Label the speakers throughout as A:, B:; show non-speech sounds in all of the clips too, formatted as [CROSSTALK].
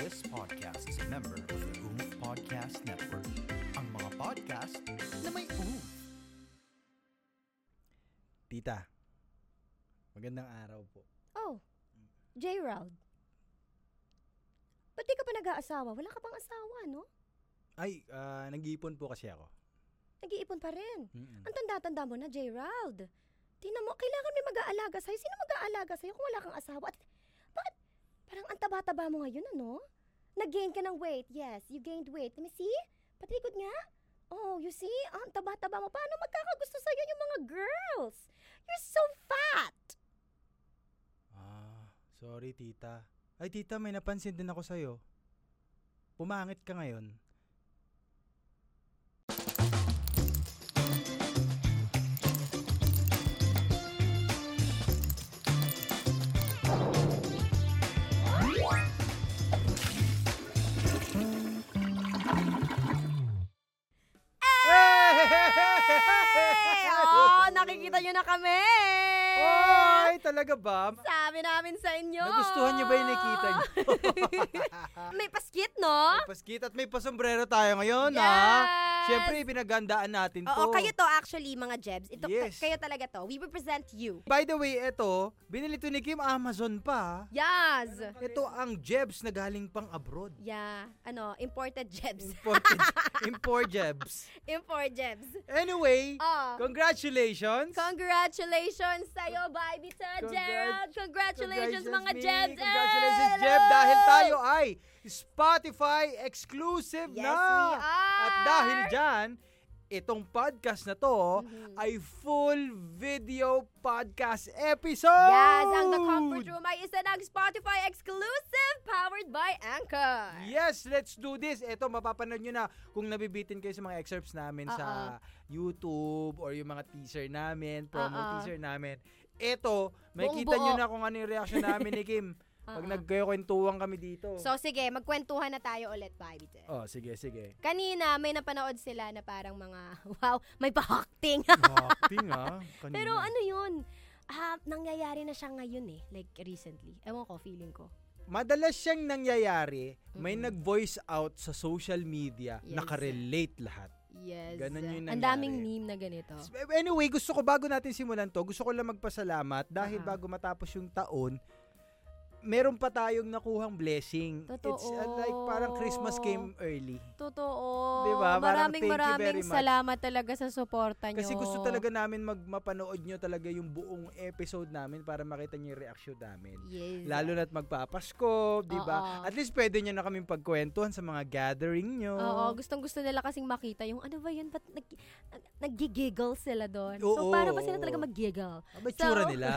A: Podcast is a member of the OOF Podcast Network. Ang mga podcast na may OOF.
B: Tita, magandang araw po.
C: Oh, J. Roud. Ba't di ka pa nag-aasawa? Wala ka pang asawa, no?
B: Ay, ah, nag-iipon po kasi ako.
C: Nag-iipon pa rin. Ang tanda-tanda mo na, J. Roud. Tingnan mo, kailangan may mag-aalaga sa'yo. Sino mag-aalaga sa'yo kung wala kang asawa? At bakit? Parang ang taba-taba mo ngayon, ano? Nag-gain ka ng weight. Yes, you gained weight. Let me see. Patikod nga. Oh, you see? Ang taba-taba mo. Paano magkakagusto sa'yo yung mga girls? You're so fat!
B: Ah, sorry tita. Ay tita, may napansin din ako sa'yo. Pumangit ka ngayon. [LAUGHS]
C: Hey! Oh, nakikita nyo na kami!
B: Ay, talaga ba?
C: Sabi namin sa inyo.
B: Nagustuhan niyo ba yung nakita niyo?
C: [GASPS] May paskit, no?
B: may paskit at may pasombrero tayo ngayon, ah. ha?
C: Yes!
B: Siyempre, pinagandaan natin to.
C: Oo, kayo to actually, mga Jebs. Ito,
B: Yes.
C: Kayo talaga to. We represent you.
B: By the way, eto, binili to ni Kim Amazon pa.
C: Yes!
B: Ito ang Jebs na galing pang abroad.
C: Yeah, ano, imported Jebs. [LAUGHS]
B: Imported, import Jebs.
C: Import Jebs.
B: Anyway,
C: Oh.
B: congratulations!
C: Congratulations sa'yo, baby Ted
B: Congrats-
C: Gerald! Congratulations, mga
B: me.
C: Jebs!
B: Congratulations, Jeb! Dahil tayo ay Spotify exclusive
C: Yes,
B: na!
C: we are.
B: At dahil dyan, itong podcast na to
C: Mm-hmm.
B: ay full video podcast episode!
C: Yes, ang The Comfort Room ay isa ng Spotify exclusive powered by Anchor.
B: Yes, let's do this. Ito, mapapanood nyo na kung nabibitin kayo sa mga excerpts namin sa YouTube or yung mga teaser namin, promo
C: Oo.
B: teaser namin. Ito, makikita
C: Buong-buo.
B: nyo na kung ano yung reaction namin ni
C: [LAUGHS]
B: Kim. Pag nagkakwentuhan kami dito.
C: So sige, magkwentuhan na tayo ulit, baby Ted.
B: oh, sige, sige.
C: Kanina, may napanood sila na parang mga, [LAUGHS] wow, may pahakting.
B: Acting ah. Kanina.
C: [LAUGHS] Pero ano yun? Ah, nangyayari na siya ngayon eh. Like recently. Ewan ko, feeling ko.
B: Madalas siyang nangyayari, may nag-voice out sa social media,
C: Yes.
B: nakarelate lahat.
C: Yes.
B: Ganun yung
C: Ang
B: nangyari.
C: daming meme na ganito.
B: Anyway, gusto ko bago natin simulan to, gusto ko lang magpasalamat dahil
C: Aha.
B: bago matapos yung taon, meron pa tayong nakuhang blessing. It's
C: Totoo.
B: uh, like parang Christmas came early.
C: Totoo.
B: Diba? Parang
C: Maraming
B: thank you very
C: maraming
B: much.
C: salamat talaga sa suporta nyo.
B: Kasi gusto talaga namin magmapanood nyo talaga yung buong episode namin para makita nyo yung reaction namin.
C: Yes.
B: Lalo na't magpapasko, di ba?
C: Oo.
B: At least pwede nyo na kaming pagkwentuhan sa mga gathering nyo.
C: Oo, gustong gusto nila kasing makita yung ano ba yun, ba't nag, nag- nag-gigiggle sila doon. so,
B: Oo,
C: para ba sila
B: oo.
C: talaga mag-giggle?
B: Aba, tsura
C: So- [LAUGHS]
B: nila.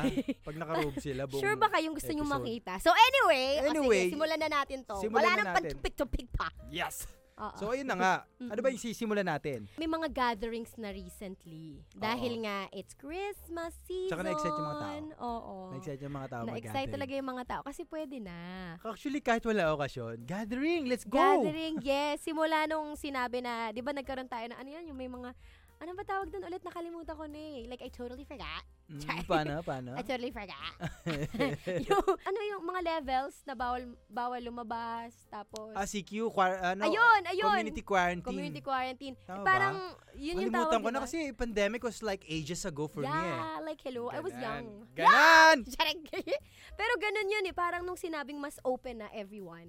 B: Pag nakarobe sila, buong
C: Sure ba kayong gusto nyo
B: episode.
C: makita? So anyway, o
B: Anyway,
C: sige, simulan na natin to.
B: simulan
C: Wala
B: na
C: nang
B: natin.
C: pagtupik-tupik pa.
B: Yes!
C: Oo.
B: So, ayun na
C: [LAUGHS]
B: nga. Ano ba yung sisimulan natin?
C: May mga gatherings na recently. Dahil nga, it's Christmas season.
B: Tsaka na-excite yung mga tao.
C: Oo.
B: Na-excite yung mga tao
C: Na-excite
B: mag-gathering.
C: talaga yung mga tao kasi pwede na.
B: Actually, kahit wala okasyon, gathering, let's go!
C: Gathering, yes. Simula nung sinabi na, di ba nagkaroon tayo na, ano yan, yung may mga, ano ba tawag doon ulit? Nakalimutan ko na eh. Like, I totally forgot.
B: Mm,
C: Char.
B: paano, paano?
C: I totally
B: [LAUGHS]
C: forgot. [LAUGHS] yung, ano yung mga levels na bawal, bawal lumabas, tapos,
B: Ah, CQ, quar- ano,
C: Ayun, ayun.
B: community quarantine.
C: community quarantine.
B: Tama
C: Eh, parang, yun yung
B: Nakalimutan
C: tawag,
B: ko na
C: diba?
B: kasi pandemic was like ages ago for
C: yeah,
B: me eh.
C: like hello, I was
B: Ganan.
C: young. [LAUGHS]
B: Ganan!
C: Charing. Pero ganun yun eh, parang nung sinabing mas open na everyone,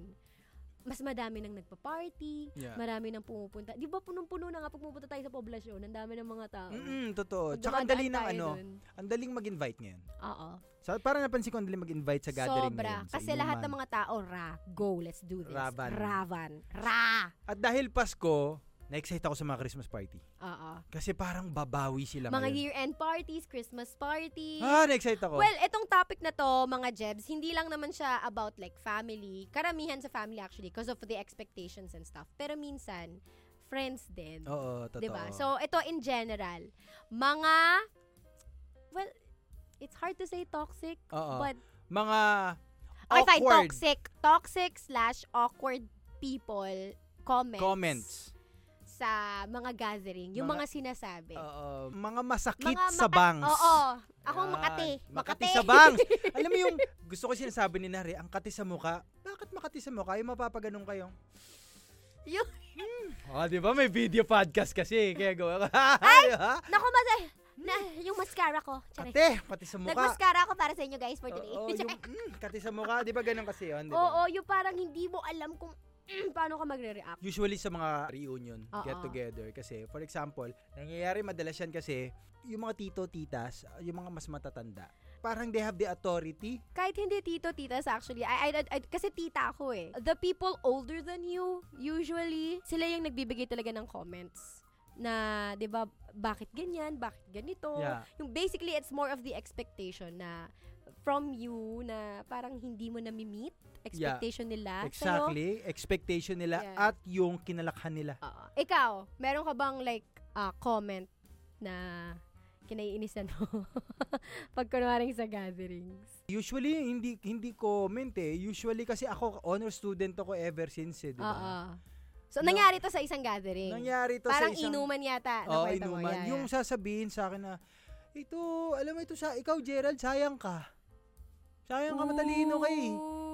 C: mas madami nang nagpa-party,
B: Yeah.
C: marami nang pumupunta. Di ba punong-puno na nga pag pumunta tayo sa poblasyon, ang dami ng mga tao.
B: Mm, totoo.
C: Pag
B: Tsaka ang dali
C: dumadaan
B: ng
C: tayo
B: ano,
C: dun.
B: ang daling mag-invite ngayon.
C: Oo.
B: So, parang napansin ko ang daling mag-invite sa gathering
C: Sobra.
B: ngayon. sa
C: Kasi lahat ng
B: inuman.
C: mga tao, ra, go, let's do this.
B: Ravan.
C: Ravan. Ra.
B: At dahil Pasko, na-excite ako sa mga Christmas party.
C: Oo.
B: Kasi parang babawi sila
C: Mga
B: ngayon.
C: year-end parties, Christmas parties.
B: Ah, na-excite ako.
C: Well, etong topic na to, mga Jebs, hindi lang naman siya about like family. Karamihan sa family actually because of the expectations and stuff. Pero minsan, friends din.
B: Oo, Oh,
C: 'Di
B: totoo.
C: ba? diba? So, ito in general, mga well, it's hard to say toxic,
B: Oo.
C: but
B: mga
C: okay, fine,
B: awkward
C: toxic, toxic slash awkward people comments,
B: comments.
C: sa mga gathering, yung
B: Mga-
C: mga, sinasabi.
B: Oo, mga masakit
C: Mga
B: sa
C: maka-
B: bangs.
C: Oo. Akong
B: Yan.
C: Makati. [LAUGHS]
B: Makati sa bangs. Alam mo yung gusto ko sinasabi ni Nari, ang kati sa mukha, bakit at makati sa mukha, yung mapapaganong kayong.
D: Yung,
B: Oh, di ba? May video podcast kasi. eh. Kaya gawa ko. Ay! [LAUGHS] Ha?
D: naku, mas,
C: eh,
D: na, yung mascara ko. Charay.
B: Ate, pati sa mukha.
D: Nag-mascara ako para sa inyo guys for today.
B: Oo,
C: [LAUGHS]
B: yung, diba? mm, kati sa mukha. Di ba ganun kasi yun? Di ba?
D: Oo, yung parang hindi mo alam kung
C: mm,
D: paano ka magre-react.
B: Usually sa mga reunion,
D: Oo.
B: get together kasi for example, nangyayari madalas yan kasi yung mga tito, titas, yung mga mas matatanda, parang they have the authority.
C: Kahit hindi tito, titas actually. I, I, I- kasi tita ako eh. The people older than you, usually, sila yung nagbibigay talaga ng comments na, di ba, bakit ganyan, bakit ganito.
B: Yeah.
C: Yung basically, it's more of the expectation na from you na parang hindi mo nami-meet expectation nila. sa'yo.
B: exactly, expectation nila
C: Yeah.
B: at yung kinalakhan nila.
C: Oo. Ikaw, meron ka bang like ah, comment na kinaiinisan mo [LAUGHS] pag kunwaring sa gatherings?
B: Usually hindi hindi comment eh. Usually kasi ako honor student ako ever since eh,
C: Oo.
B: di ba?
C: So,
B: No.
C: nangyari to sa isang gathering.
B: Nangyari to
C: Parang
B: sa isang
C: inuman yata.
B: Oo,
C: nakwento mo.
B: inuman.
C: Yeah,
B: Yung
C: yeah.
B: sasabihin sa akin na ito, alam mo ito sa ikaw Gerald, sayang ka. Sayang ka matalino ka eh.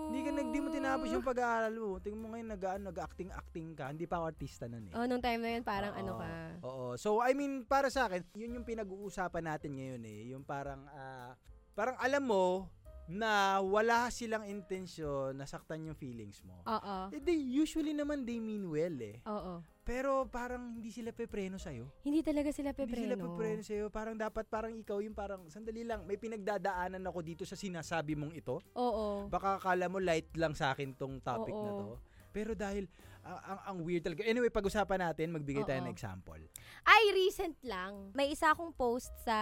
B: Hindi ka nag, di mo tinapos yung pag-aaral mo. Tingnan mo ngayon, nag, nag-acting-acting ka. Hindi pa ako artista nun eh.
C: Oh, nung time na yun, parang ano
B: Oo.
C: ka.
B: Oo. So, I mean, para sa akin, yun yung pinag-uusapan natin ngayon eh. Yung parang, ah, parang alam mo na wala silang intensyon na saktan yung feelings mo.
C: Oo.
B: Eh, they, usually naman they mean well eh.
C: Oo.
B: Pero parang hindi sila pepreno sa'yo.
C: Hindi talaga sila pepreno.
B: Hindi sila pepreno sa'yo. Parang dapat parang ikaw yung parang, sandali lang, may pinagdadaanan ako dito sa sinasabi mong ito
C: Oo.
B: baka akala mo light lang sa akin tong topic
C: Oo.
B: na to. Pero dahil ang, ang, ang weird talaga. Anyway, pag-usapan natin, magbigay tayo ng
C: Oo.
B: example.
C: Ay, recent lang. May isa akong post sa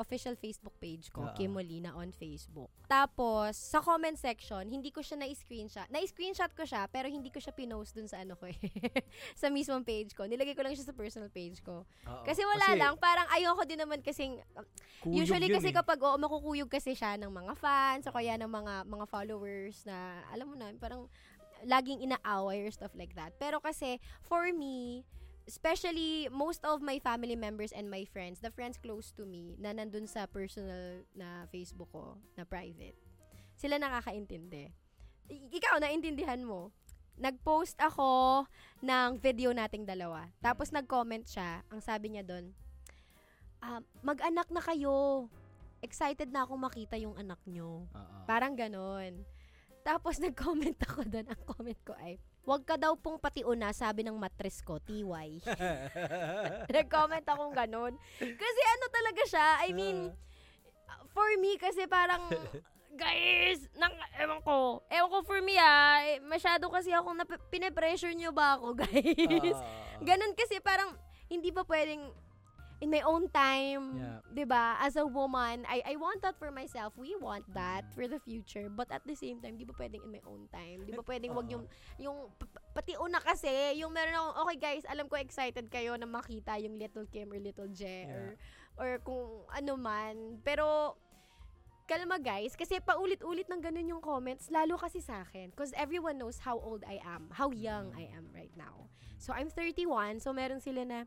C: official Facebook page ko,
B: Oo.
C: Kim Molina on Facebook. Tapos, sa comment section, hindi ko siya na-screenshot. Na-screenshot ko siya, pero hindi ko siya pinost dun sa ano ko [LAUGHS] eh. sa mismong page ko. Nilagay ko lang siya sa personal page ko.
B: Oh,
C: Kasi wala lang, parang ayoko din naman kasing
B: kuyog
C: Usually
B: yun
C: kasi
B: eh.
C: kapag oo, makukuyog kasi siya ng mga fans o kaya ng mga mga followers na alam mo na parang laging inaaway or stuff like that. Pero kasi for me, especially most of my family members and my friends, the friends close to me na nandun sa personal na Facebook ko na private. Sila nakakaintindi. I- ikaw naintindihan mo. Nag-post ako ng video nating dalawa. Tapos nag-comment siya. Ang sabi niya doon, ah, mag-anak na kayo. Excited na akong makita yung anak nyo.
B: Oo.
C: Parang ganon. Tapos [LAUGHS] nag-comment ako doon. Ang comment ko ay, Huwag ka daw pong patiuna, sabi ng matres ko, TY. Nag-comment akong ganun. Kasi ano talaga siya, I mean, for me kasi parang, guys, nang, ewan ko, ewan ko for me ah, eh, masyado kasi ako, na, pinapressure nyo ba ako, [LAUGHS] guys?
B: Ah. Oo.
C: Ganun kasi parang hindi pa pwedeng in my own time,
B: Yeah.
C: 'di ba? As a woman, I I want that for myself. We want that for the future. But at the same time, 'di ba pwedeng in my own time? 'Di ba pwedeng wag
B: oo.
C: yung yung pa- pa- pati una kasi, yung meron akong okay guys, alam ko excited kayo na makita yung little Kim or little Je or or kung ano man. Pero kalma guys, kasi paulit-ulit ng ganun yung comments, lalo kasi sa akin. Because everyone knows how old I am, how young
B: Mm.
C: I am right now. So I'm 31, so meron sila na,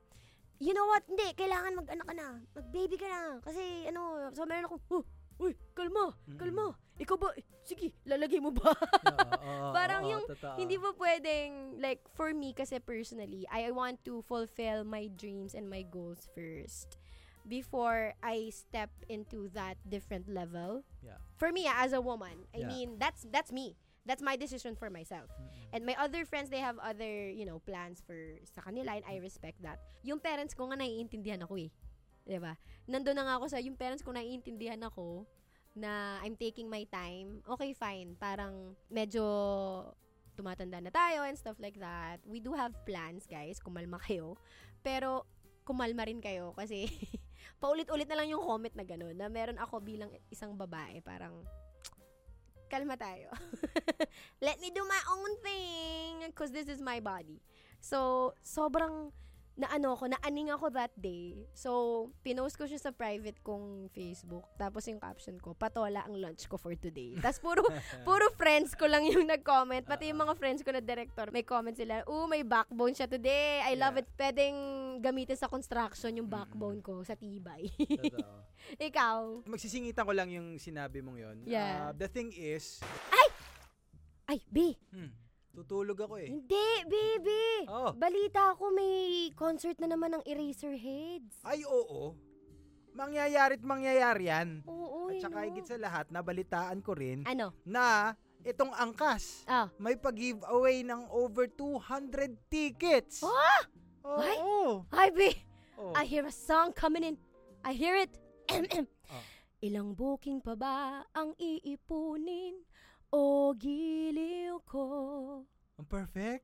C: you know what, hindi, kailangan mag-anak ka na, mag-baby ka na. Kasi ano, so meron ako, oh, uy, kalma,
B: Mm-mm.
C: kalma. Ikaw ba, eh, sige, lalagay mo ba?
B: Oo, oo,
C: Parang
B: oo,
C: yung
B: totoo.
C: Hindi ba pwedeng, like, for me kasi personally, I I want to fulfill my dreams and my goals first before I step into that different level.
B: Yeah.
C: For me, ah, as a woman, I
B: Yeah.
C: mean, that's that's me. That's my decision for myself. And my other friends, they have other, you know, plans for sa kanila and I respect that. Yung parents ko nga naiintindihan ako eh. 'Di ba? Nandun na nga ako sa, yung parents ko naiintindihan ako na I'm taking my time. Okay, fine. Parang medyo tumatanda na tayo and stuff like that. We do have plans, guys. Kumalma kayo. Pero, kumalma rin kayo kasi [LAUGHS] paulit-ulit na lang yung comment na gano'n na meron ako bilang isang babae. Parang, kalma tayo. [LAUGHS] Let me do my own thing because this is my body. So, sobrang na ano ko, naaning ako that day. So, pinost ko siya sa private kong Facebook. Tapos yung caption ko, patola ang lunch ko for today. Tapos puro, puro friends ko lang yung nag-comment. Pati yung mga friends ko na director, may comment sila, oh, may backbone siya today. I love
B: Yeah.
C: it. Pwedeng gamitin sa construction yung backbone ko sa tibay. [LAUGHS]
B: [LAUGHS] Totoo.
C: Ikaw.
B: Ah, Magsisingitan ko lang yung sinabi mong yon.
C: Yeah.
B: the thing is,
C: I
D: Ay, B.
B: Hmm. Tutulog ako eh.
D: Hindi, baby.
B: Oh.
D: Balita ko may concert na naman ng Eraserheads.
B: Ay, oo. Mangyayari't mangyayari yan.
D: Oo, eh,
B: At
D: no?
B: saka higit sa lahat, nabalitaan ko rin
C: Ano?
B: na itong angkas,
C: Ah.
B: may pag-giveaway ng over 200 tickets.
C: Ah!
B: Oo.
C: Ay!
B: Oo.
C: Hi, B.
B: Oo.
C: I hear a song coming in. I hear it. [CLEARS THROAT]
B: Ah.
C: Ilang booking pa ba ang iipunin o giliw ko?
B: Ang perfect.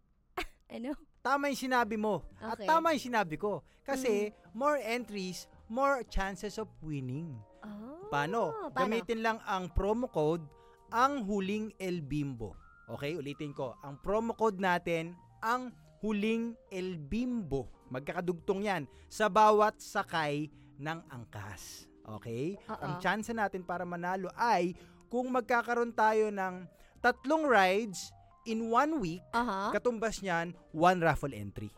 C: Ano?
B: Tama yung sinabi mo. At
C: Okay.
B: tama yung sinabi ko. Kasi, more entries, more chances of winning.
C: Oh,
B: Paano? Gamitin lang ang promo code ang huling El Bimbo. Okay, ulitin ko. Ang promo code natin ang huling El Bimbo. Magkakadugtong 'yan sa bawat sakay ng angkas. Okay?
C: Oo.
B: Ang chance natin para manalo ay kung magkakaroon tayo ng tatlong rides in one week,
C: Aha.
B: katumbas niyan one raffle entry.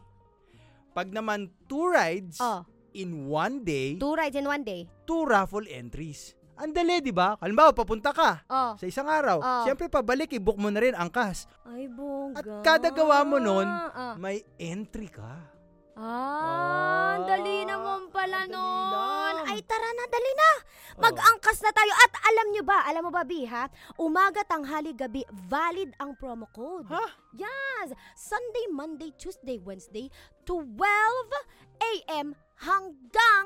B: Pag naman two rides
C: Oh,
B: in one day,
C: two rides in one day.
B: two raffle entries. Ang dali, di ba? Halimbawa, papunta ka
C: Oh.
B: sa isang araw.
C: Oh.
B: Siyempre, pabalik, i-book mo na rin ang kas.
C: Ay, bongga.
B: At kada gawa mo nun,
C: Ah,
B: May entry ka.
C: ah ang dali naman pala
B: Ang dali
C: nun.
B: lang. Oh.
C: Ay, tara na, dali na. Mag-angkas na tayo. At alam nyo ba, alam mo ba, Bi, ha? Umaga, tanghali, gabi, valid ang promo code.
B: Ha?
C: Yes! Sunday, Monday, Tuesday, Wednesday, 12 a.m. hanggang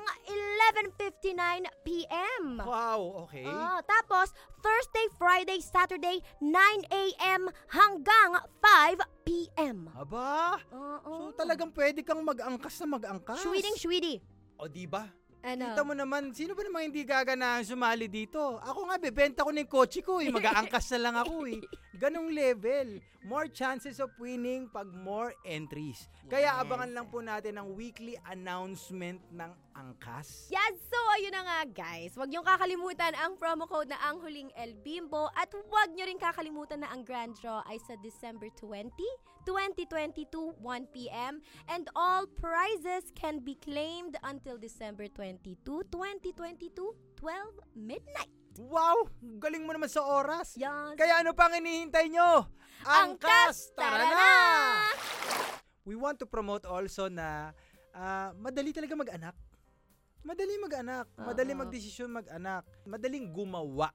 C: 11.59 p.m.
B: Wow, okay.
C: Oh, tapos, Thursday, Friday, Saturday, 9 a.m. hanggang 5 p.m.
B: Aba,
C: Oo.
B: so talagang pwede kang mag-angkas na mag-angkas.
C: Shwiding, shwidi.
B: O, di ba?
C: Ano?
B: Kita mo naman, sino ba namang hindi gaganahan sumali dito? Ako nga, bebenta ko ng kotse ko [LAUGHS] eh. Mag-aangkas na lang ako eh. Ganong level. More chances of winning pag more entries. Kaya abangan lang po natin ang weekly announcement ng angkas.
C: Yes, so ayun na nga guys. Huwag niyong kakalimutan ang promo code na ang huling El Bimbo at huwag niyo rin kakalimutan na ang grand draw ay sa December 20, 2022, 1pm. And all prizes can be claimed until December 22, 2022, 12 midnight.
B: Wow! Galing mo naman sa oras.
C: Yes.
B: Kaya ano pang hinihintay nyo? Angkas! Tara na! We want to promote also na ah, madali talaga mag-anak. Madali mag-anak. Madali
C: Oo.
B: magdesisyon mag-anak. Madaling gumawa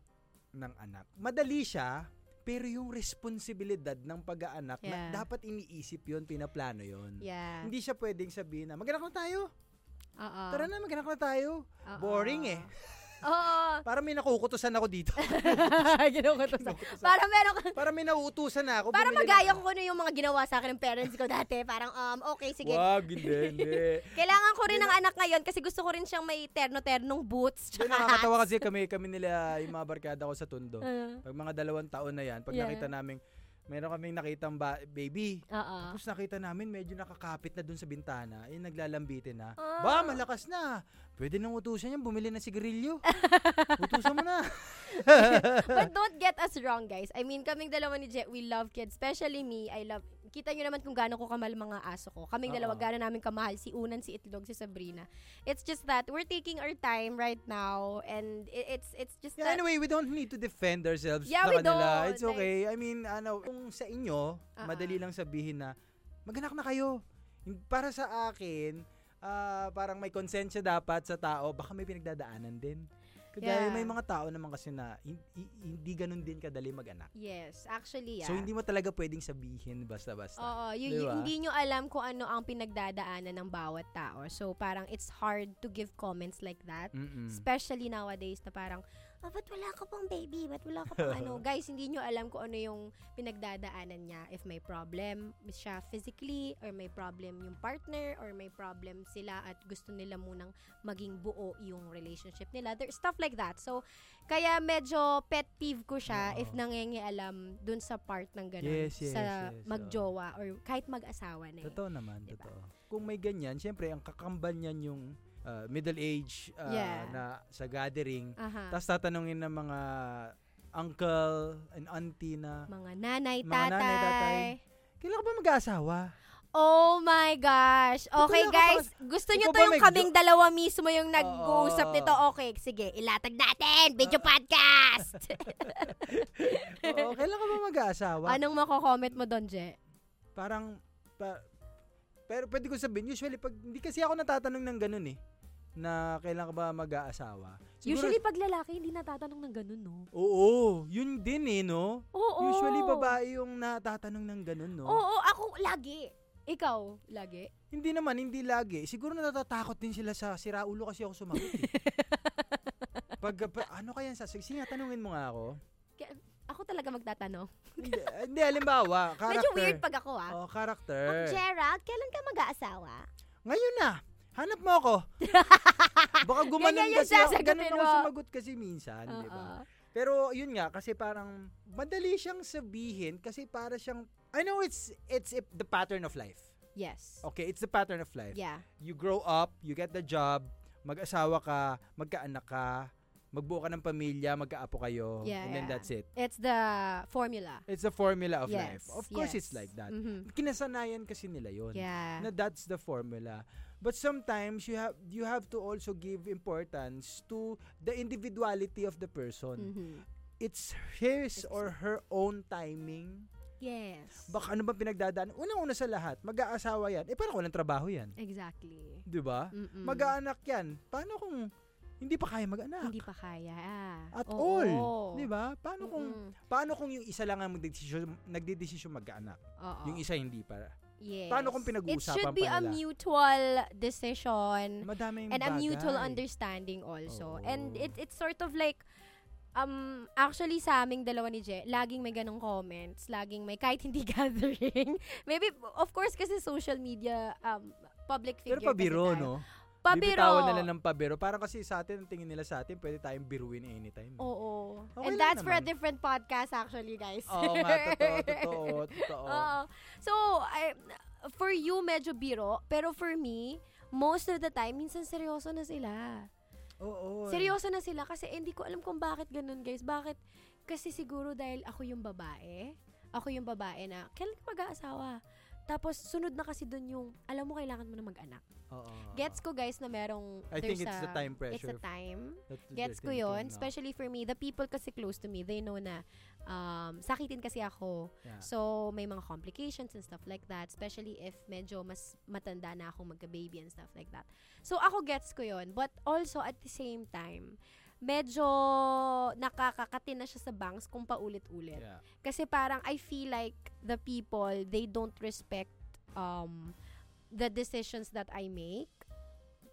B: ng anak. Madali siya, pero yung responsibilidad ng pag-aanak,
C: Yeah.
B: na dapat iniisip yon pinaplano yon
C: Yeah.
B: Hindi siya pwedeng sabihin na, mag-anak na tayo.
C: Oo.
B: Tara na, mag-anak na tayo.
C: Oo.
B: Boring eh.
C: [LAUGHS] Oo.
B: [LAUGHS] Para may nakukutusan ako
C: [LAUGHS]
B: dito.
C: Ginukutusan. Para meron ka
B: Para may nauutusan na ako.
C: para
B: bumili ng-
C: magaya ko ano yung mga ginawa sa akin ng parents ko dati. Parang, um, okay, sige.
B: Wag, hindi, hindi.
C: [LAUGHS] Kailangan ko rin ng anak ngayon kasi gusto ko rin siyang may terno-ternong boots. tsaka
B: Hindi, nakakatawa
C: hats.
B: kasi kami, kami nila, yung mga barkada ko sa
C: [LAUGHS]
B: Tondo.
C: Ah,
B: Pag mga dalawang taon na yan, pag
C: Yeah.
B: nakita namin, meron kaming nakitang ba- baby.
C: Oo.
B: Tapos nakita namin, medyo nakakapit na dun sa bintana. Eh, naglalambitin na.
C: Ah.
B: Ba, malakas na. Pwede nang utusan yan, bumili ng
C: [LAUGHS]
B: sigarilyo. utusan mo na.
C: But don't get us wrong, guys. I mean, kaming dalawa ni Jet, we love kids. Especially me, I love... Kita nyo naman kung gaano ko kamahal mga aso ko. Kaming dalawa,
B: Oo.
C: gaano namin kamahal. Si Unan, si Itlog, si Sabrina. It's just that we're taking our time right now and i- it's it's just
B: Yeah,
C: that...
B: anyway, we don't need to defend ourselves
C: Yeah,
B: sa
C: we
B: kanila.
C: don't. Uh-uh.
B: It's okay. I mean, ano, kung sa inyo, madali lang sabihin na, maganak na kayo. Hin- Para sa akin, ah, parang may konsensya dapat sa tao. Baka may pinagdadaanan din.
C: Yeah.
B: Kagaya may mga tao naman kasi na hin- hi- hindi ganun din kadali mag-anak.
C: Yes, actually, yeah.
B: So, hindi mo talaga pwedeng sabihin basta-basta.
C: Oo, y-
B: Diba?
C: hindi nyo alam kung ano ang pinagdadaanan ng bawat tao. So, parang it's hard to give comments like that.
B: Mm-mm.
C: Especially nowadays na parang, ah, ba't wala ka pang baby? Ba't wala ka pang
B: [LAUGHS]
C: ano? Guys, hindi nyo alam kung ano yung pinagdadaanan niya. If may problem siya physically, or may problem yung partner, or may problem sila at gusto nila munang maging buo yung relationship nila. There's stuff like that. So, kaya medyo pet peeve ko siya
B: Oo.
C: if nangingialam dun sa part ng ganun.
B: Yes, yes,
C: sa
B: yes, oo.
C: magjowa or kahit mag-asawa na eh.
B: Totoo naman,
C: Diba?
B: totoo. Kung may ganyan, syempre, ang kakambal niyan yung ah, middle age ah,
C: Yeah.
B: na sa gathering,
C: Aha.
B: Tapos tatanungin ng mga uncle and auntie na,
C: mga nanay,
B: Mga nanay,
C: tatay.
B: tatay. kailan ka ba mag-aasawa?
C: Oh my gosh. Okay
B: Ito na,
C: guys, gusto nyo to
B: Ikaw ba
C: yung
B: may
C: kaming dalawa mismo yung
B: Oo.
C: nag-uusap nito. Okay, sige, ilatag natin. Video
B: [LAUGHS]
C: podcast.
B: Oo, kailan ka ba mag-aasawa?
C: Anong mako-comment mo doon, Je?
B: Parang, pa- pero pwede ko sabihin, usually, pag, hindi kasi ako natatanong ng ganun eh, na kailan ka ba mag-aasawa. Siguro-
C: Usually pag lalaki, hindi natatanong ng ganun, no?
B: Oo, yun din eh, no?
C: Oo.
B: Usually, babae yung natatanong ng ganun, no?
C: Oo, ako lagi. Ikaw, lagi?
B: Hindi naman, hindi lagi. Siguro natatakot din sila sa siraulo kasi ako sumagot eh. Pag, pa- ano kaya sa sige, sinatanungin mo nga ako?
C: Ako talaga magtatanong.
B: Hindi, eh, hindi halimbawa, character.
C: [LAUGHS] Medyo weird pag ako, ah.
B: Oh, character.
D: Oh, Gerald, kailan ka mag-aasawa?
B: Ngayon na. Hanap mo
C: [LAUGHS]
B: ako. Baka gumanon
C: Yan, yan yung
B: kasi ako.
C: sasagutin
B: Ganun ako
C: mo.
B: sumagot kasi minsan, di ba?
C: Oo.
B: Pero yun nga, kasi parang madali siyang sabihin kasi para siyang, I know it's, it's if- the pattern of life.
C: Yes.
B: Okay, it's the pattern of life.
C: Yeah.
B: You grow up, you get the job, mag-asawa ka, magkaanak ka, magbuo ka ng pamilya, magkaapo kayo,
C: Yeah,
B: and then
C: yeah.
B: that's it.
C: It's the formula.
B: It's the formula of life.
C: yes.
B: Of course,
C: yes.
B: it's like that.
C: Mhm.
B: Kinasanayan kasi nila yun.
C: Yeah.
B: na that's the formula. But sometimes you have you have to also give importance to the individuality of the person.
C: Mhm.
B: It's his or her own timing.
C: Yes.
B: Baka ano ba pinagdadaan? Unang-una sa lahat, mag-aasawa yan. Eh, parang walang trabaho yan.
C: exactly.
B: Di ba?
C: Mm-mm.
B: Mag-aanak yan. Paano kung hindi pa kaya mag-anak?
C: Hindi pa kaya. Ah.
B: At
C: Oo.
B: all. Di ba? Paano kung
C: Mm-mm.
B: paano kung yung isa lang ang magdedesisyon nagdedesisyon mag-aanak?
C: Oo.
B: Yung isa hindi para.
C: Yes.
B: Paano kung
C: It
B: pinag-uusapan
C: should be a
B: pa nila?
C: mutual decision
B: Madaming
C: and a mutual
B: bagay.
C: understanding also.
B: Oo.
C: And it it's sort of like um actually sa aming dalawa ni Je, laging may ganong comments, laging may kahit hindi [LAUGHS] gathering. Maybe of course kasi social media um public figure.
B: Pero pabiro,
C: kasi tayo.
B: no?
C: Pabiro.
B: Bibitawan nila ng pabiro. Parang kasi sa atin, ang tingin nila sa atin, pwede tayong biruin anytime.
C: Oo.
B: Okay
C: And
B: lang
C: that's for a
B: naman.
C: different podcast actually, guys.
B: Oo nga,
C: [LAUGHS]
B: totoo, totoo, totoo.
C: Oo. So, I, for you, medyo biro. Pero for me, most of the time, minsan seryoso na sila.
B: Oo.
C: Seryoso na sila kasi eh, hindi ko alam kung bakit ganun, guys. Bakit? Kasi siguro dahil ako yung babae. Ako yung babae na, kailan ka mag-aasawa? Tapos, sunod na kasi dun yung, alam mo, kailangan mo na mag-anak.
B: Oo.
C: Gets ko, guys, na merong...
B: Ah. I think
C: there's
B: it's
C: a-
B: the time
C: It's
B: pressure.
C: the time.
B: that they're
C: Gets ko
B: thinking
C: yun.
B: now.
C: Especially for me, the people kasi close to me, they know na um, sakitin kasi ako.
B: Yeah.
C: So, may mga complications and stuff like that. Especially if medyo mas matanda na akong magka-baby and stuff like that. So, ako gets ko yun. But also, at the same time, medyo nakakakatin na siya sa bangs kung paulit-ulit.
B: Yeah.
C: Kasi parang I feel like the people, they don't respect um, the decisions that I make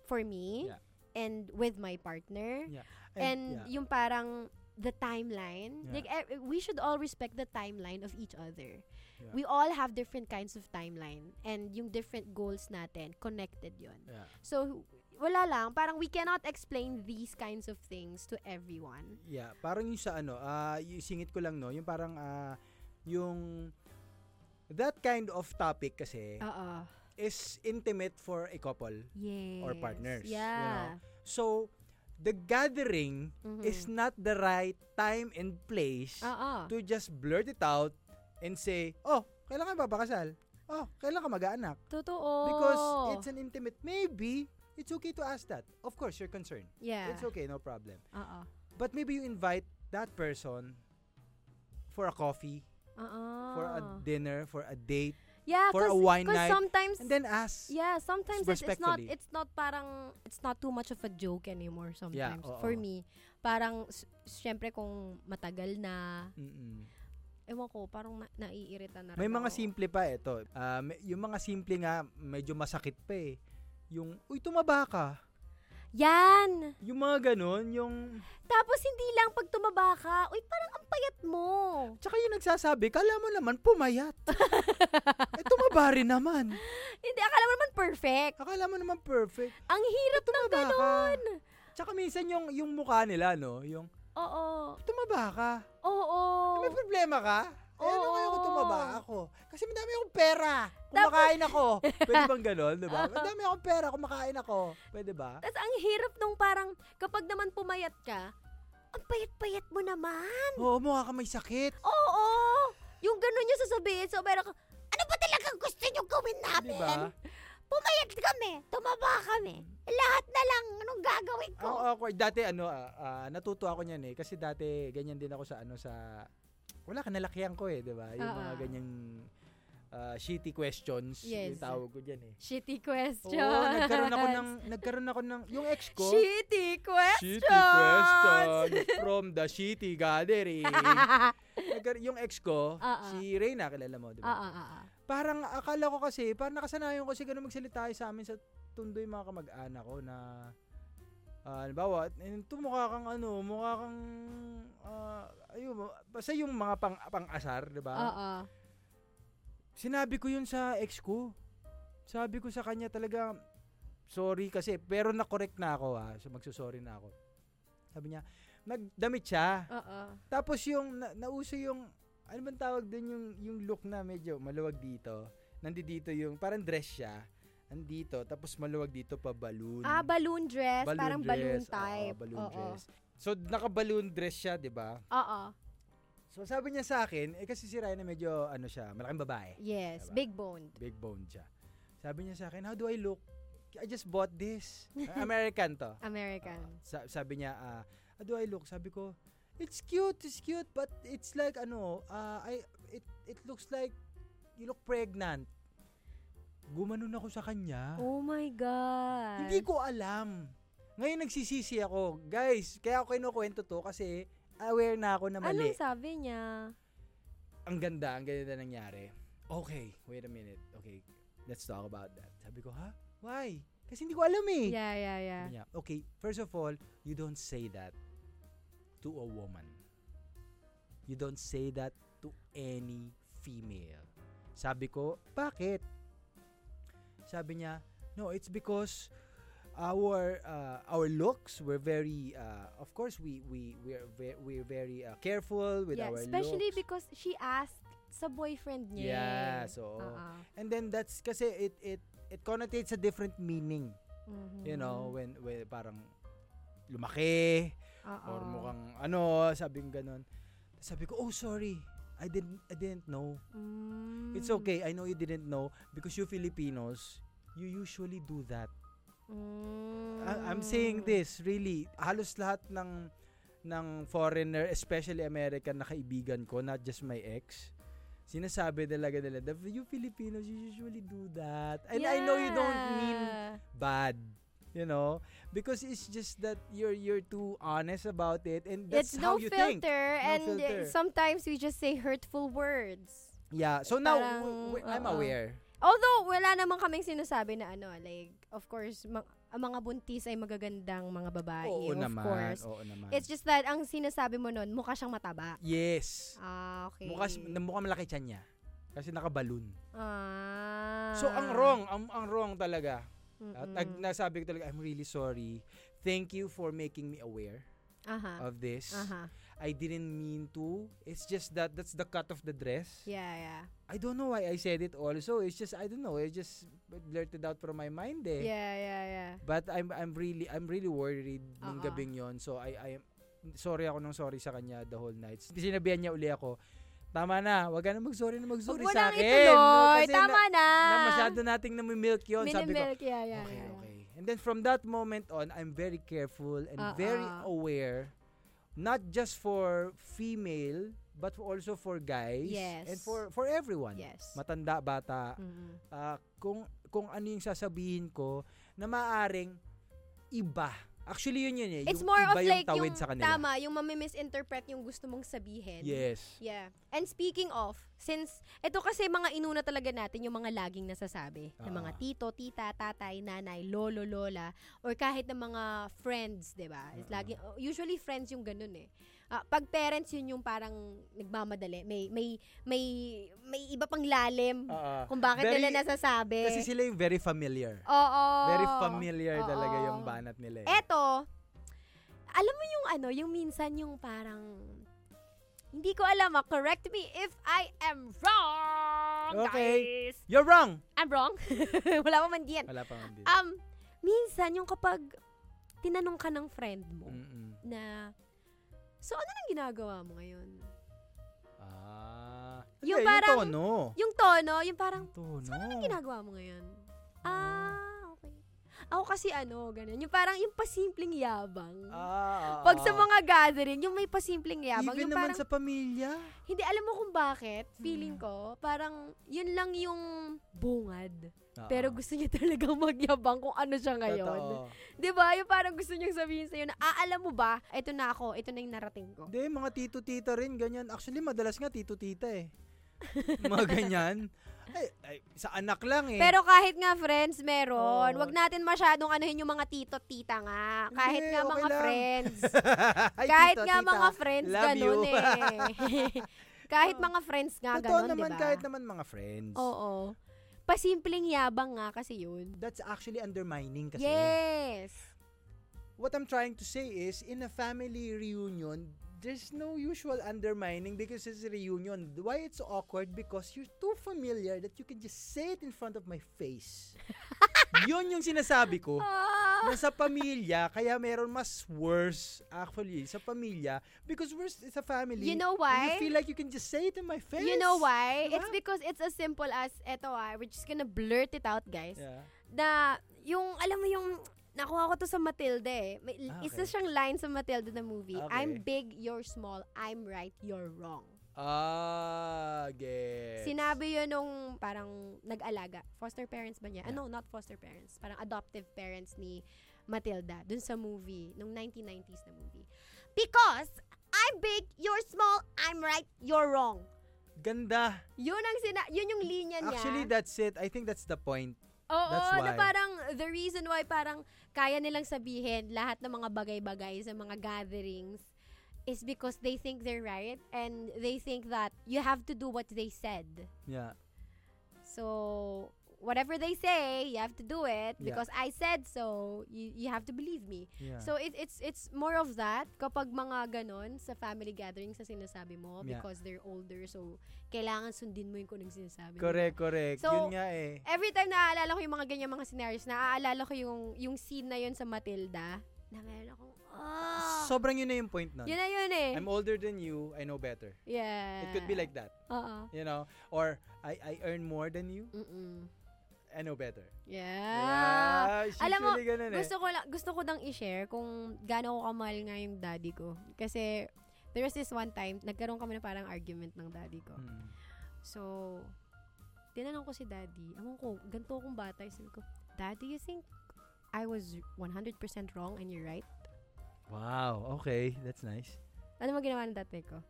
C: for me
B: Yeah.
C: and with my partner.
B: And,
C: And
B: yeah.
C: yung parang the timeline,
B: Yeah.
C: like eh, we should all respect the timeline of each other.
B: Yeah.
C: We all have different kinds of timeline and yung different goals natin, connected yun.
B: yeah.
C: So wala lang, parang we cannot explain these kinds of things to everyone.
B: Yeah, parang yung sa ano, ah, yung singit ko lang no, yung parang ah, yung that kind of topic kasi
C: Oo.
B: is intimate for a couple.
C: Uh-uh. Yes.
B: Or partners, you
C: Yeah.
B: So, the gathering
C: Mhm.
B: is not the right time and place
C: Oo.
B: to just blurt it out and say, oh, kailan ka papakasal? Oh, kailan ka mag-aanak?
C: Totoo.
B: Because
C: Oh.
B: it's an intimate, maybe, it's okay to ask that. Of course, you're concerned.
C: Yeah. Uh-uh.
B: It's okay, no problem.
C: Oo.
B: But maybe you invite that person for a coffee,
C: Oo.
B: for a dinner, for a date,
C: Ah. Yeah,
B: for a
C: 'cause-
B: wine
C: 'cause
B: night,
C: sometimes
B: and then ask.
C: Yeah, sometimes it's, it's not
B: Respectfully.
C: it's not parang it's not too much of a joke anymore sometimes
B: oo.
C: for me. Parang s- syempre kung matagal na
B: Mm-mm.
C: ewan ko, parang na, naiirita na rin
B: May mga
C: ako.
B: simple pa ito. Ah, may- yung mga simple nga, medyo masakit pa eh. Yung, uy, tumaba ka.
C: Yan.
B: Yung mga ganun, yung...
C: Tapos hindi lang pag tumaba ka, uy parang ang payat mo.
B: Tsaka yung nagsasabi, kala mo naman, pumayat. eh, tumaba rin naman.
C: Hindi akala mo naman perfect.
B: Akala mo naman perfect.
C: Ang hirap ng
B: tumaba ka.
C: ganun.
B: Tsaka minsan yung, yung mukha nila, no? Yung,
C: Oo.
B: tumaba ka.
C: Oo.
B: May problema ka? Eh, ano
C: Oo.
B: kaya kung tumaba ako? Kasi madami akong pera.
C: Tapos-
B: Kumakain ako. Pwede bang ganun, di ba? Madami akong pera, kumakain ako. Pwede ba?
C: Tapos ang hirap nung parang kapag naman pumayat ka, ang payat-payat mo naman.
B: Oo, mukha ka may sakit.
C: Oo! Yung ganun niya sasabihin. So, meron ka, ano ba talaga gusto niyo
E: gagawin namin.
B: Di ba?
E: Pumayag kami. Tumaba kami. Lahat na lang anong gagawin ko.
C: Oh.
B: Ang awkward. Dati ano, ah, ah, natuto ako niyan eh. Kasi dati ganyan din ako sa ano sa wala ka nalakyan ko eh, 'di ba? Yung mga
C: Ah.
B: ganyang ah, shitty questions,
C: Yes.
B: yung tawag ko diyan eh.
C: Shitty question.
B: Oo, nagkaroon ako
C: [LAUGHS]
B: ng nagkaroon ako ng yung ex ko.
C: Shitty questions.
B: Shitty questions from the shitty
C: [LAUGHS]
B: gathering. diba? Nagkaroon- yung ex ko,
C: Ah, ah.
B: si Reyna, kilala mo,
C: Ah,
B: di ba?
C: ah, ah, ah.
B: Parang akala ko kasi, parang nakasanayan ko kasi ganun magsalita sa amin sa tundo yung mga kamag-anak ko na ah, halimbawa, ito mukha kang ano, mukha kang ah, ayun, basta yung mga pang, pang-asar, di ba?
C: Ah, ah.
B: Sinabi ko yun sa ex ko. Sabi ko sa kanya talaga, sorry kasi, pero na-correct na ako ha. So magsusorry na ako. Sabi niya, nagdamit siya.
C: Ah, ah.
B: Tapos yung, na, nauso yung, ano bang tawag doon yung, yung look na medyo maluwag dito. Nandito yung, parang dress siya. Andito, tapos maluwag dito pa balloon.
C: Ah, balloon dress. parang balloon
B: dress, oo,
C: type.
B: balloon
C: Oo.
B: dress. So, naka-balloon dress siya, di ba?
C: Oo.
B: So, sabi niya sa akin, eh kasi si Ryan medyo, ano siya, malaking babae.
C: Yes,
B: Diba?
C: big boned.
B: Big bone siya. Sabi niya sa akin, how do I look? I just bought
C: [LAUGHS]
B: this. American to.
C: American.
B: Ah, sa- sabi niya, ah, how do I look? Sabi ko, it's cute, it's cute, but it's like, ano, ah, I, it, it looks like you look pregnant. Gumanon ako sa kanya.
C: Oh my God.
B: Ah. Hindi ko alam. Ngayon nagsisisi ako. Guys, kaya ako kinukwento to kasi aware na ako na mali.
C: Anong sabi niya?
B: ang ganda, ang ganda na nangyari. Okay, wait a minute. Okay, let's talk about that. Sabi ko, ha? Why? Kasi hindi ko alam eh.
C: Yeah, yeah, yeah.
B: Sabi niya, okay, first of all, you don't say that to a woman. You don't say that to any female. Sabi ko, bakit? Sabi niya, no, it's because our uh, our looks were very uh, of course we we we're ve- we're very uh, careful with
C: yeah
B: our
C: especially
B: looks.
C: because she asked sa boyfriend niya. eh.
B: Yeah, so
C: Ah, ah.
B: and then that's kasi it it it connotates a different meaning,
C: Mhm.
B: you know, when when parang lumaki
C: Ah,
B: or
C: ah.
B: mukhang ano, sabing ganun. Sabi ko, "Oh, sorry. I didn't I didn't know.
C: Mm.
B: It's okay. I know you didn't know because you Filipinos, you usually do that."
C: Mm.
B: I- I'm saying this really halos lahat ng ng foreigner, especially American na kaibigan ko, not just my ex. Sinasabi talaga nila, "The- you Filipinos, you usually do that. And I know you don't mean
C: Yeah.
B: bad. You know, because it's just that you're you're too honest about it and
C: It's
B: that's
C: no
B: how you
C: filter
B: think.
C: and uh,
B: filter.
C: sometimes we just say hurtful words.
B: Yeah. So
C: Eh,
B: now
C: Parang,
B: w- w- I'm
C: oo.
B: aware.
C: Although, wala naman kaming sinasabi na ano, like, of course, ma- ang mga buntis ay magagandang mga babae, Ah,
B: oo
C: eh, of
B: naman.
C: course.
B: Oo naman.
C: It's just that, ang sinasabi mo nun, mukha siyang mataba.
B: yes.
C: Ah, okay.
B: Mukha s- na mukha malaki tiyan niya kasi nakabalon.
C: Ah.
B: So ang wrong, ang, ang wrong talaga.
C: Mm-mm.
B: At nag- nasabi ko talaga, I'm really sorry. Thank you for making me aware
C: Aha.
B: of this.
C: Aha.
B: I didn't mean to. It's just that that's the cut of the dress.
C: Yeah, yeah.
B: I don't know why I said it also. It's just I don't know. It just blurted out from my mind eh.
C: Yeah, yeah, yeah.
B: But I'm I'm really I'm really worried
C: Oo.
B: nung gabing 'yon. So I I sorry ako nung sorry sa kanya the whole night. Sinabihan niya uli ako. Tama na, wag ka na mag-sorry na
C: Huwag
B: mag-sorry
C: mo
B: sa
C: nang
B: akin.
C: ituloy.
B: Kasi
C: Tama na.
B: Na, na masyado nating namimilk yun. Sabi ko,
C: Minimilk, yeah, yeah,
B: okay,
C: yeah.
B: okay. And then from that moment on, I'm very careful and
C: Ah,
B: very
C: ah.
B: aware, not just for female, but also for guys and
C: Yes.
B: for for everyone.
C: Yes.
B: Matanda, bata,
C: Mm-mm.
B: ah, kung kung ano yung sasabihin ko na maaring iba. Actually, yun yun eh.
C: It's
B: yung
C: more
B: iba
C: of
B: yung
C: like
B: tawid
C: yung,
B: sa kanila.
C: tama, yung mamimisinterpret yung gusto mong sabihin.
B: Yes.
C: Yeah. And speaking of, since ito kasi mga inuna talaga natin yung mga laging nasasabi ng mga
B: Ah.
C: tito, tita, tatay, nanay, lolo, lola or kahit ng mga friends, 'di ba? It's laging usually friends yung ganun eh. Ah, pag parents yun yung parang nagmamadali, may may may may iba pang lalim
B: Ah, ah.
C: kung bakit
B: Very-
C: nila nasasabi.
B: Kasi sila yung very familiar.
C: Oo.
B: Very familiar
C: Oh. Oo.
B: talaga yung banat nila eh.
C: Eto, alam mo yung ano, yung minsan yung parang, hindi ko alam ah, correct me if I am wrong,
B: Okay.
C: guys.
B: You're wrong!
C: I'm wrong. [LAUGHS] Wala pa man diyan.
B: Wala pa man din.
C: Um, minsan yung kapag tinanong ka ng friend mo
B: Mm-mm.
C: na, so ano nang ginagawa mo ngayon?
B: Ah.
C: Yung
B: Hindi,
C: parang-
B: Yung tono.
C: Yung tono, yung parang,
B: Yung tono.
C: ano ginagawa mo ngayon? Ah, okay. Ako kasi ano, ganun. Yung parang yung pasimpleng yabang.
B: Ah,
C: Pag sa
B: ah.
C: mga gathering, yung may pasimpleng yabang.
B: Even
C: yung
B: naman
C: parang,
B: sa Mm. pamilya.
C: hindi alam mo kung bakit, feeling ko, parang yun lang yung bungad. Pero gusto niya [LAUGHS] talagang magyabang kung ano siya ngayon.
B: Ah. Totoo.
C: 'Di ba? Yung parang gusto niyang sabihin sa'yo na, ah, alam mo ba, ito na ako, ito na yung narating ko.
B: Hindi, mga tito-tita rin, ganyan. Actually, madalas nga tito-tita eh. mga
C: [LAUGHS]
B: ganyan. Ay, ay, sa anak lang eh.
C: Pero kahit nga friends meron,
B: Oo.
C: wag natin masyadong anuhin yung mga tito-tita nga. Kahit
B: Hindi,
C: nga
B: okay
C: mga
B: lang.
C: friends.
B: [LAUGHS] [LAUGHS] Ay,
C: kahit
B: tito,
C: nga
B: tita,
C: mga friends,
B: love you.
C: ganun
B: [LAUGHS]
C: eh. [LAUGHS] kahit mga friends nga,
B: Totoo
C: ganun,
B: naman,
C: diba?
B: kahit naman mga friends.
C: Oo. Pasimpleng yabang nga kasi yun.
B: That's actually undermining kasi.
C: Yes.
B: What I'm trying to say is, in a family reunion, there's no usual undermining because it's a reunion. Why it's awkward? Because you're too familiar that you can just say it in front of my
C: [LAUGHS]
B: face. Yun yung sinasabi ko.
C: Ah,
B: na sa pamilya, kaya meron mas worse actually sa pamilya because worse is a family.
C: You know
B: and
C: why?
B: You feel like you can just say it in my face.
C: you know why?
B: Diba?
C: It's because it's as simple as, eto ah, we're just gonna blurt it out, guys.
B: Yeah.
C: na yung, alam mo yung, nakuha ko to sa Matilda eh. May,
B: Ah,
C: Isa
B: okay.
C: siyang line sa Matilda na movie.
B: Okay.
C: I'm big, you're small. I'm right, you're wrong.
B: Ah, gets.
C: Sinabi yun nung parang nag-alaga. Foster parents ba niya? Ano, not foster parents. Parang adoptive parents ni Matilda dun sa movie, nung 1990s na movie.
E: Because I'm big, you're small, I'm right, you're wrong.
B: Ganda.
C: Yun ang sina yun yung linya niya.
B: Actually, that's it. I think that's the point.
C: Oo,
B: That's
C: na
B: why.
C: parang the reason why parang kaya nilang sabihin lahat ng mga bagay-bagay sa mga gatherings is because they think they're right and they think that you have to do what they said.
B: Yeah.
C: So, whatever they say, you have to do it
B: Yeah.
C: because I said so. You you have to believe me.
B: yeah.
C: So it, it's it's more of that kapag mga ganon sa family gatherings sa sinasabi mo
B: Yeah.
C: because they're older so kailangan sundin mo yung kung anong sinasabi nila.
B: correct, correct.
C: So,
B: Yun nga eh.
C: Every time naaalala ko yung mga ganyan mga scenarios, naaalala ko yung, yung scene na yun sa Matilda. Na meron akong, ah!
B: Sobrang yun na yung point nun.
C: yun na yun eh.
B: I'm older than you. I know better.
C: yeah.
B: It could be like that.
C: Oo.
B: You know? Or, I, I earn more than you.
C: Mm-mm.
B: I know better.
C: Yeah.
B: Diba? It's
C: Ah. Alam mo,
B: usually ganun eh.
C: Gusto ko lang, gusto ko dang i-share kung gaano ko kamahal nga yung daddy ko. Kasi, there was this one time, nagkaroon kami na parang argument ng daddy ko.
B: Mm.
C: So, tinanong ko si daddy, amon ko, ganito akong bata, sabi ko, Daddy, you think I was 100% wrong and you're right?
B: Wow, okay. That's nice.
C: Ano mo ginawa ng tatay ko?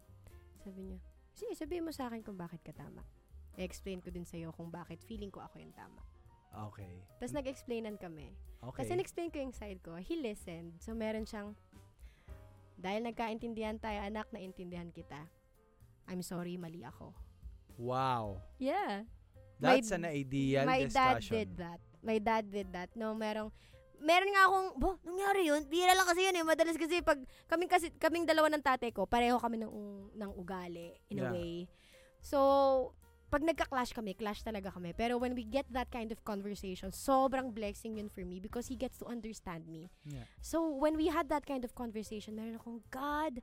C: Sabi niya, sige, sabihin mo sa akin kung bakit ka tama. I-explain ko din sa'yo kung bakit feeling ko ako yung tama.
B: Okay.
C: Tapos nag-explainan kami.
B: okay.
C: Kasi in-explain ko yung side ko. He listened. So, meron siyang, dahil nagkaintindihan tayo, anak, naintindihan kita. I'm sorry, mali ako.
B: wow.
C: Yeah. My-
B: That's an ideal
C: My dad
B: discussion.
C: did that. My dad did that. No, merong, meron nga akong, bo,
E: Nangyari yun, bira lang kasi yun eh. Madalas
C: Tapos kasi pag kaming kasi kaming dalawa ng tatay ko, pareho kami ng ng ugali in a
B: Yeah.
C: way. So, pag nagka-clash kami, clash talaga kami. Pero when we get that kind of conversation, sobrang blessing yun for me because he gets to understand me.
B: Yeah.
C: So, when we had that kind of conversation, meron akong, God,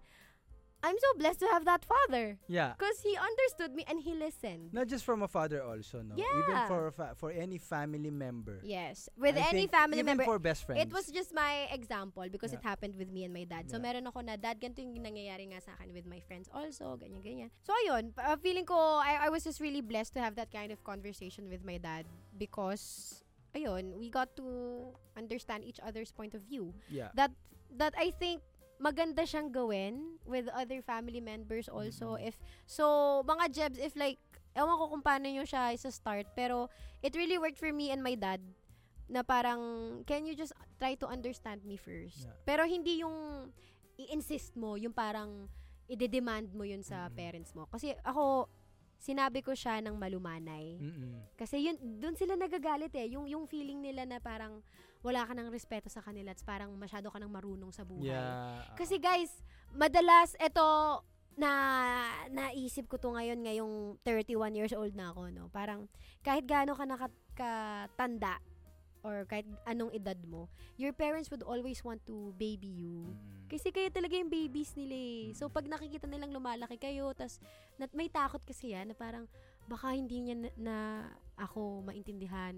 C: I'm so blessed to have that father.
B: Yeah.
C: Because he understood me and he listened.
B: Not just from a father also, no? Even
C: Yeah.
B: for a fa- for any family member.
C: Yes. With
B: I
C: any
B: think
C: family
B: even
C: member.
B: for best friends.
C: It was just my example because it
B: Yeah.
C: happened with me and my dad. So,
B: Yeah.
C: meron ako na, dad, ganito yung nangyayari nga sa akin with my friends also, ganyan, ganyan. So, ayun, pa- uh, feeling ko, I, I was just really blessed to have that kind of conversation with my dad because, ayun, we got to understand each other's point of view.
B: yeah.
C: That, that I think, maganda siyang gawin with other family members also. If, so, mga Jebs, if like, ewan ko kung paano nyo siya sa start, pero it really worked for me and my dad na parang, can you just try to understand me first?
B: Yeah.
C: Pero hindi yung i-insist mo, yung parang i-demand mo yun sa
B: Mm-mm.
C: parents mo. Kasi ako, sinabi ko siya ng malumanay.
B: Mm-mm.
C: Kasi yun, doon sila nagagalit eh. Yung, yung feeling nila na parang wala ka ng respeto sa kanila at parang masyado ka ng marunong sa buhay.
B: Yeah.
C: Kasi guys, madalas ito na naisip ko to ngayon ngayong 31 years old na ako no. Parang kahit gaano ka nakatanda, or kahit anong edad mo, your parents would always want to baby you.
B: Mm.
C: Kasi kayo talaga yung babies nila eh. So, pag nakikita nilang lumalaki kayo, tas nat may takot kasi yan na parang baka hindi niya na, na ako maintindihan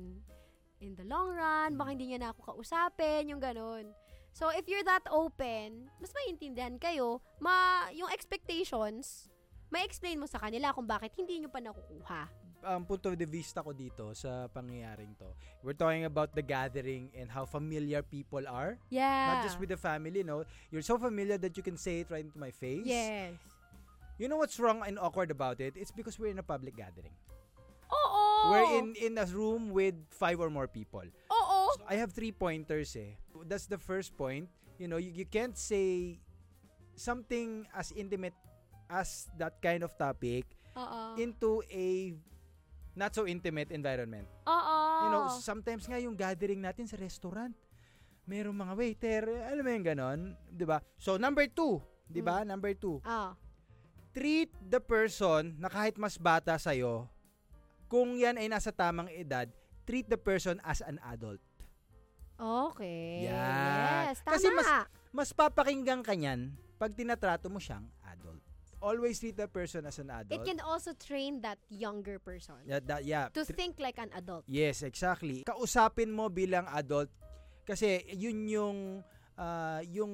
C: in the long run,
B: Mm.
C: baka hindi niya na ako kausapin, yung ganun. So, if you're that open, mas maintindihan kayo, ma, yung expectations, may explain mo sa kanila kung bakit hindi nyo pa nakukuha.
B: ang um, punto de vista ko dito sa pangyayaring to, we're talking about the gathering and how familiar people are.
C: Yeah.
B: Not just with the family, no? You're so familiar that you can say it right into my face.
C: Yes.
B: You know what's wrong and awkward about it? It's because we're in a public gathering.
C: Oo!
B: We're in, in a room with five or more people.
C: Oo!
B: So, I have three pointers eh. That's the first point. You know, you, you can't say something as intimate as that kind of topic
C: Oo.
B: into a not so intimate environment.
C: Oo!
B: You know,
C: Oh.
B: sometimes nga yung gathering natin sa restaurant, merong mga waiter, alam mo yung ganon, di ba? So, number two, di ba? Number two,
C: Ah.
B: treat the person na kahit mas bata sa'yo, kung yan ay nasa tamang edad, treat the person as an adult.
C: Okay.
B: Yan.
C: Yes. Tama.
B: Kasi mas- Mas papakinggan ka niyan pag tinatrato mo siyang adult. Always treat the person as an
C: It
B: adult.
C: can also train that younger person
B: yeah, that, yeah.
C: to
B: Tr-
C: think like an adult.
B: Yes, exactly. Kausapin mo bilang adult kasi yun yung ah, yung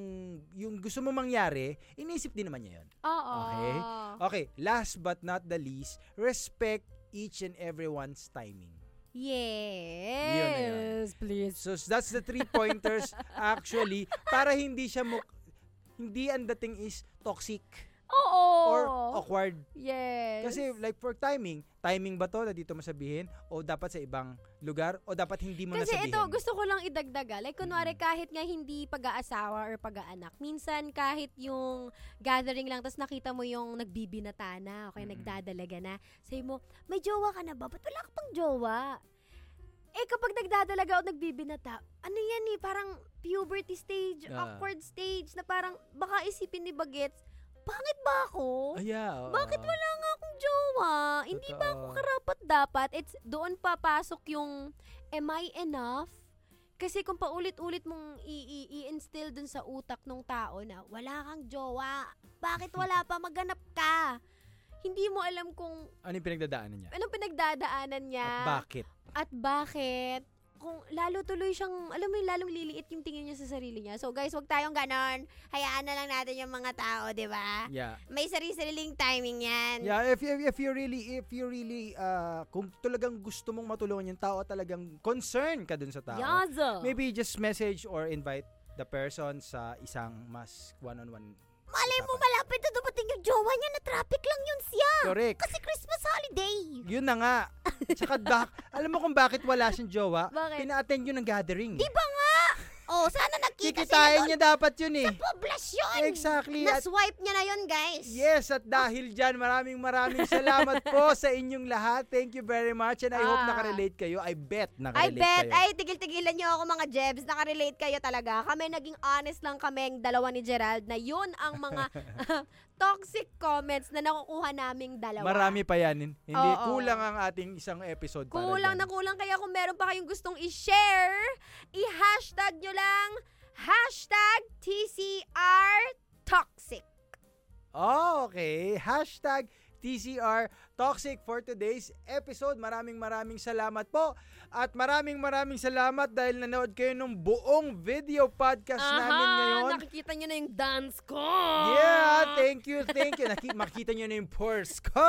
B: yung gusto mo mangyari, inisip din naman niya yun.
C: Oo.
B: Okay. Okay, last but not the least, respect each and everyone's timing.
C: Yes.
B: Yun na yun.
C: please.
B: So that's the three
C: [LAUGHS]
B: pointers actually para hindi siya muk- hindi ang dating is toxic
C: Oo.
B: or awkward.
C: Oh. yes.
B: Kasi like for timing, timing ba to na dito mo sabihin o dapat sa ibang lugar o dapat hindi mo Mm.
C: kasi
B: na sabihin?
C: ito, gusto ko lang idagdaga. Like, kunwari, kahit nga hindi pag-aasawa or pag-aanak, minsan kahit yung gathering lang, tapos nakita mo yung nagbibinata na o kaya
B: Mm-mm.
C: nagdadalaga na, say mo, may jowa ka na ba? Ba't wala ka pang jowa? Eh, kapag nagdadalaga o nagbibinata, ano yan eh, parang puberty stage,
B: Ah.
C: awkward stage, na parang baka isipin ni Bagets, pangit ba ako?
B: Ah, yeah, oo.
C: Bakit wala nga akong jowa? Hindi ba ako
B: Totoo.
C: karapat dapat? It's doon papasok yung am I enough? Kasi kung paulit-ulit mong i- i- i-instill dun sa utak ng tao na wala kang jowa, bakit wala pa maganap ka? Hindi mo alam kung
B: Ano yung pinagdadaanan niya?
C: anong pinagdadaanan niya.
B: At bakit?
C: At bakit? Kung lalo tuloy siyang, alam mo yun, lalong liliit yung tingin niya sa sarili niya. So guys, wag tayong ganon. Hayaan na lang natin yung mga tao, di
E: Ah,
C: ba?
B: Yeah.
C: May sarili-sariling timing yan.
B: Yeah, if you, if you really if you really ah, kung talagang gusto mong matulungan yung tao at talagang concern ka dun sa tao.
C: Yazo.
B: Maybe just message or invite the person sa isang mas one-on-one.
E: Malay mo malapit na dumating yung jowa niya na traffic lang yun siya.
B: Correct.
E: Kasi Christmas holiday.
B: Yun na nga. Tsaka
E: [LAUGHS]
B: bak, alam mo kung bakit wala siyang jowa?
C: Bakit?
B: Pina-attend yun ng gathering.
E: Di ba nga? Oh, sana nakita
B: Kikitahin
E: sila doon.
B: niya dapat yun eh.
E: Poblasyon!
B: Exactly. At-
E: Na-swipe niya na yun, guys.
B: Yes, at dahil dyan, maraming maraming salamat
C: [LAUGHS]
B: po sa inyong lahat. Thank you very much and I
C: Ah.
B: hope nakarelate kayo. I bet
C: I
B: nakarelate
C: bet.
B: kayo.
C: Ay, tigil-tigilan niyo ako mga Jebs. Nakarelate kayo talaga. Kami naging honest lang kami, ang dalawa ni Gerald, na yun ang mga [LAUGHS] toxic comments na nakukuha naming dalawa.
B: Marami pa yan. Hindi
C: Oo.
B: kulang ang ating isang episode para
C: Kulang na
B: dyan.
C: kulang. Kaya kung meron pa kayong gustong i-share, i-hashtag nyo lang hashtag TCR Toxic.
B: Oh, Okay. Hashtag TCR Toxic for today's episode. Maraming maraming salamat po. At maraming maraming salamat dahil nanood kayo ng buong video podcast namin ngayon.
C: nakikita nyo na yung dance ko. Oh.
B: Yeah, thank you, thank you. Naki- makita nyo na yung pores
C: [LAUGHS]
B: ko. [LAUGHS]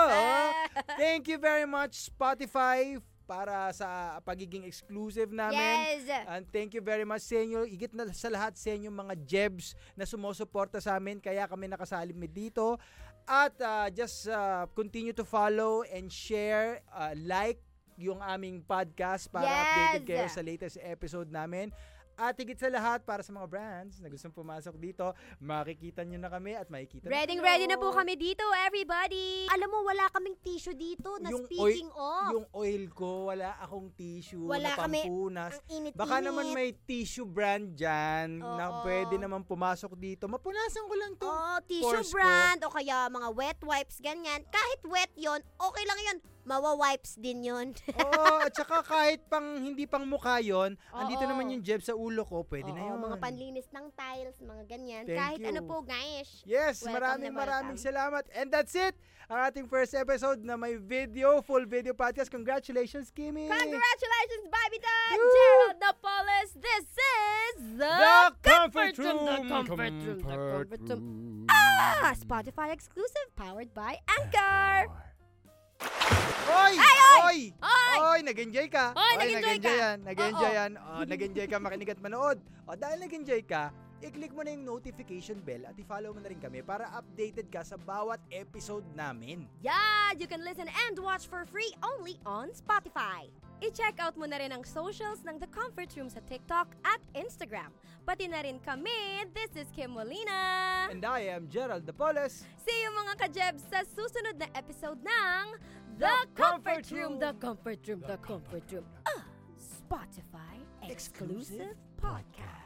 B: Thank you very much, Spotify, para sa pagiging exclusive namin. Ah,
C: Yes.
B: And thank you very much sa inyo. Igit na sa lahat sa inyo mga Jebs na sumusuporta sa amin kaya kami nakasalimid dito. At ah, just ah, continue to follow and share, ah, like yung aming podcast para
C: Yes!
B: updated kayo sa latest episode namin. At higit sa lahat, para sa mga brands na gustong pumasok dito, makikita nyo na kami at makikita na
C: Ready,
B: kayo.
C: ready na po kami dito, everybody.
E: Alam mo, wala kaming tissue dito na
B: Yung
E: speaking of.
B: Yung oil ko, wala akong tissue
E: Wala
B: na
E: kami-
B: pampunas.
E: Ang init-init.
B: Baka naman may tissue brand dyan na
E: Oo.
B: pwede naman pumasok dito. Mapunasan ko lang to.
E: Oh, tissue
B: force ko.
E: brand o kaya mga wet wipes, ganyan. Kahit wet yon okay lang yon Mawawipes din yun.
B: Oo, at saka kahit pang hindi pang mukha yon,
C: Oo.
B: andito naman yung jeb sa ulo ko, [LAUGHS] pwede
C: Oo,
B: na yun.
E: Oh, mga panlinis ng tiles, mga ganyan. Kahit
B: Thank
E: ano
B: you.
E: po, guys.
B: Yes,
E: Welcome
B: maraming
E: na welcome.
B: maraming salamat. And that's it, ang ating first episode na may video, full video podcast. Congratulations, Kimi!
C: Congratulations, Bobby Dad!
B: Woo!
C: Gerald Napoles, this is The,
B: Comfort
C: The
B: Room!
C: Comfort Room! The Comfort Room! Ah! Spotify exclusive powered by Anchor!
B: Oy! Ay, oy! Oy! nag-enjoy ka.
C: Oy, nag-enjoy ka.
B: Yan, nag-enjoy
C: Oo.
B: yan. Oh, nag-enjoy ka makinig at manood. O dahil nag-enjoy ka, i-click mo na yung notification bell at i-follow mo na rin kami para updated ka sa bawat episode namin.
C: Yeah! You can listen and watch for free only on Spotify. I-check out mo na rin ang socials ng The Comfort Room sa TikTok at Instagram. Pati na rin kami, this is Kim Molina!
B: And I am Gerald Napoles.
C: See you mga ka-Jeb sa susunod na episode ng The,
B: Comfort
C: Comfort Room,
B: Room.
C: The Comfort Room, The Comfort Room. Ah, Spotify exclusive podcast.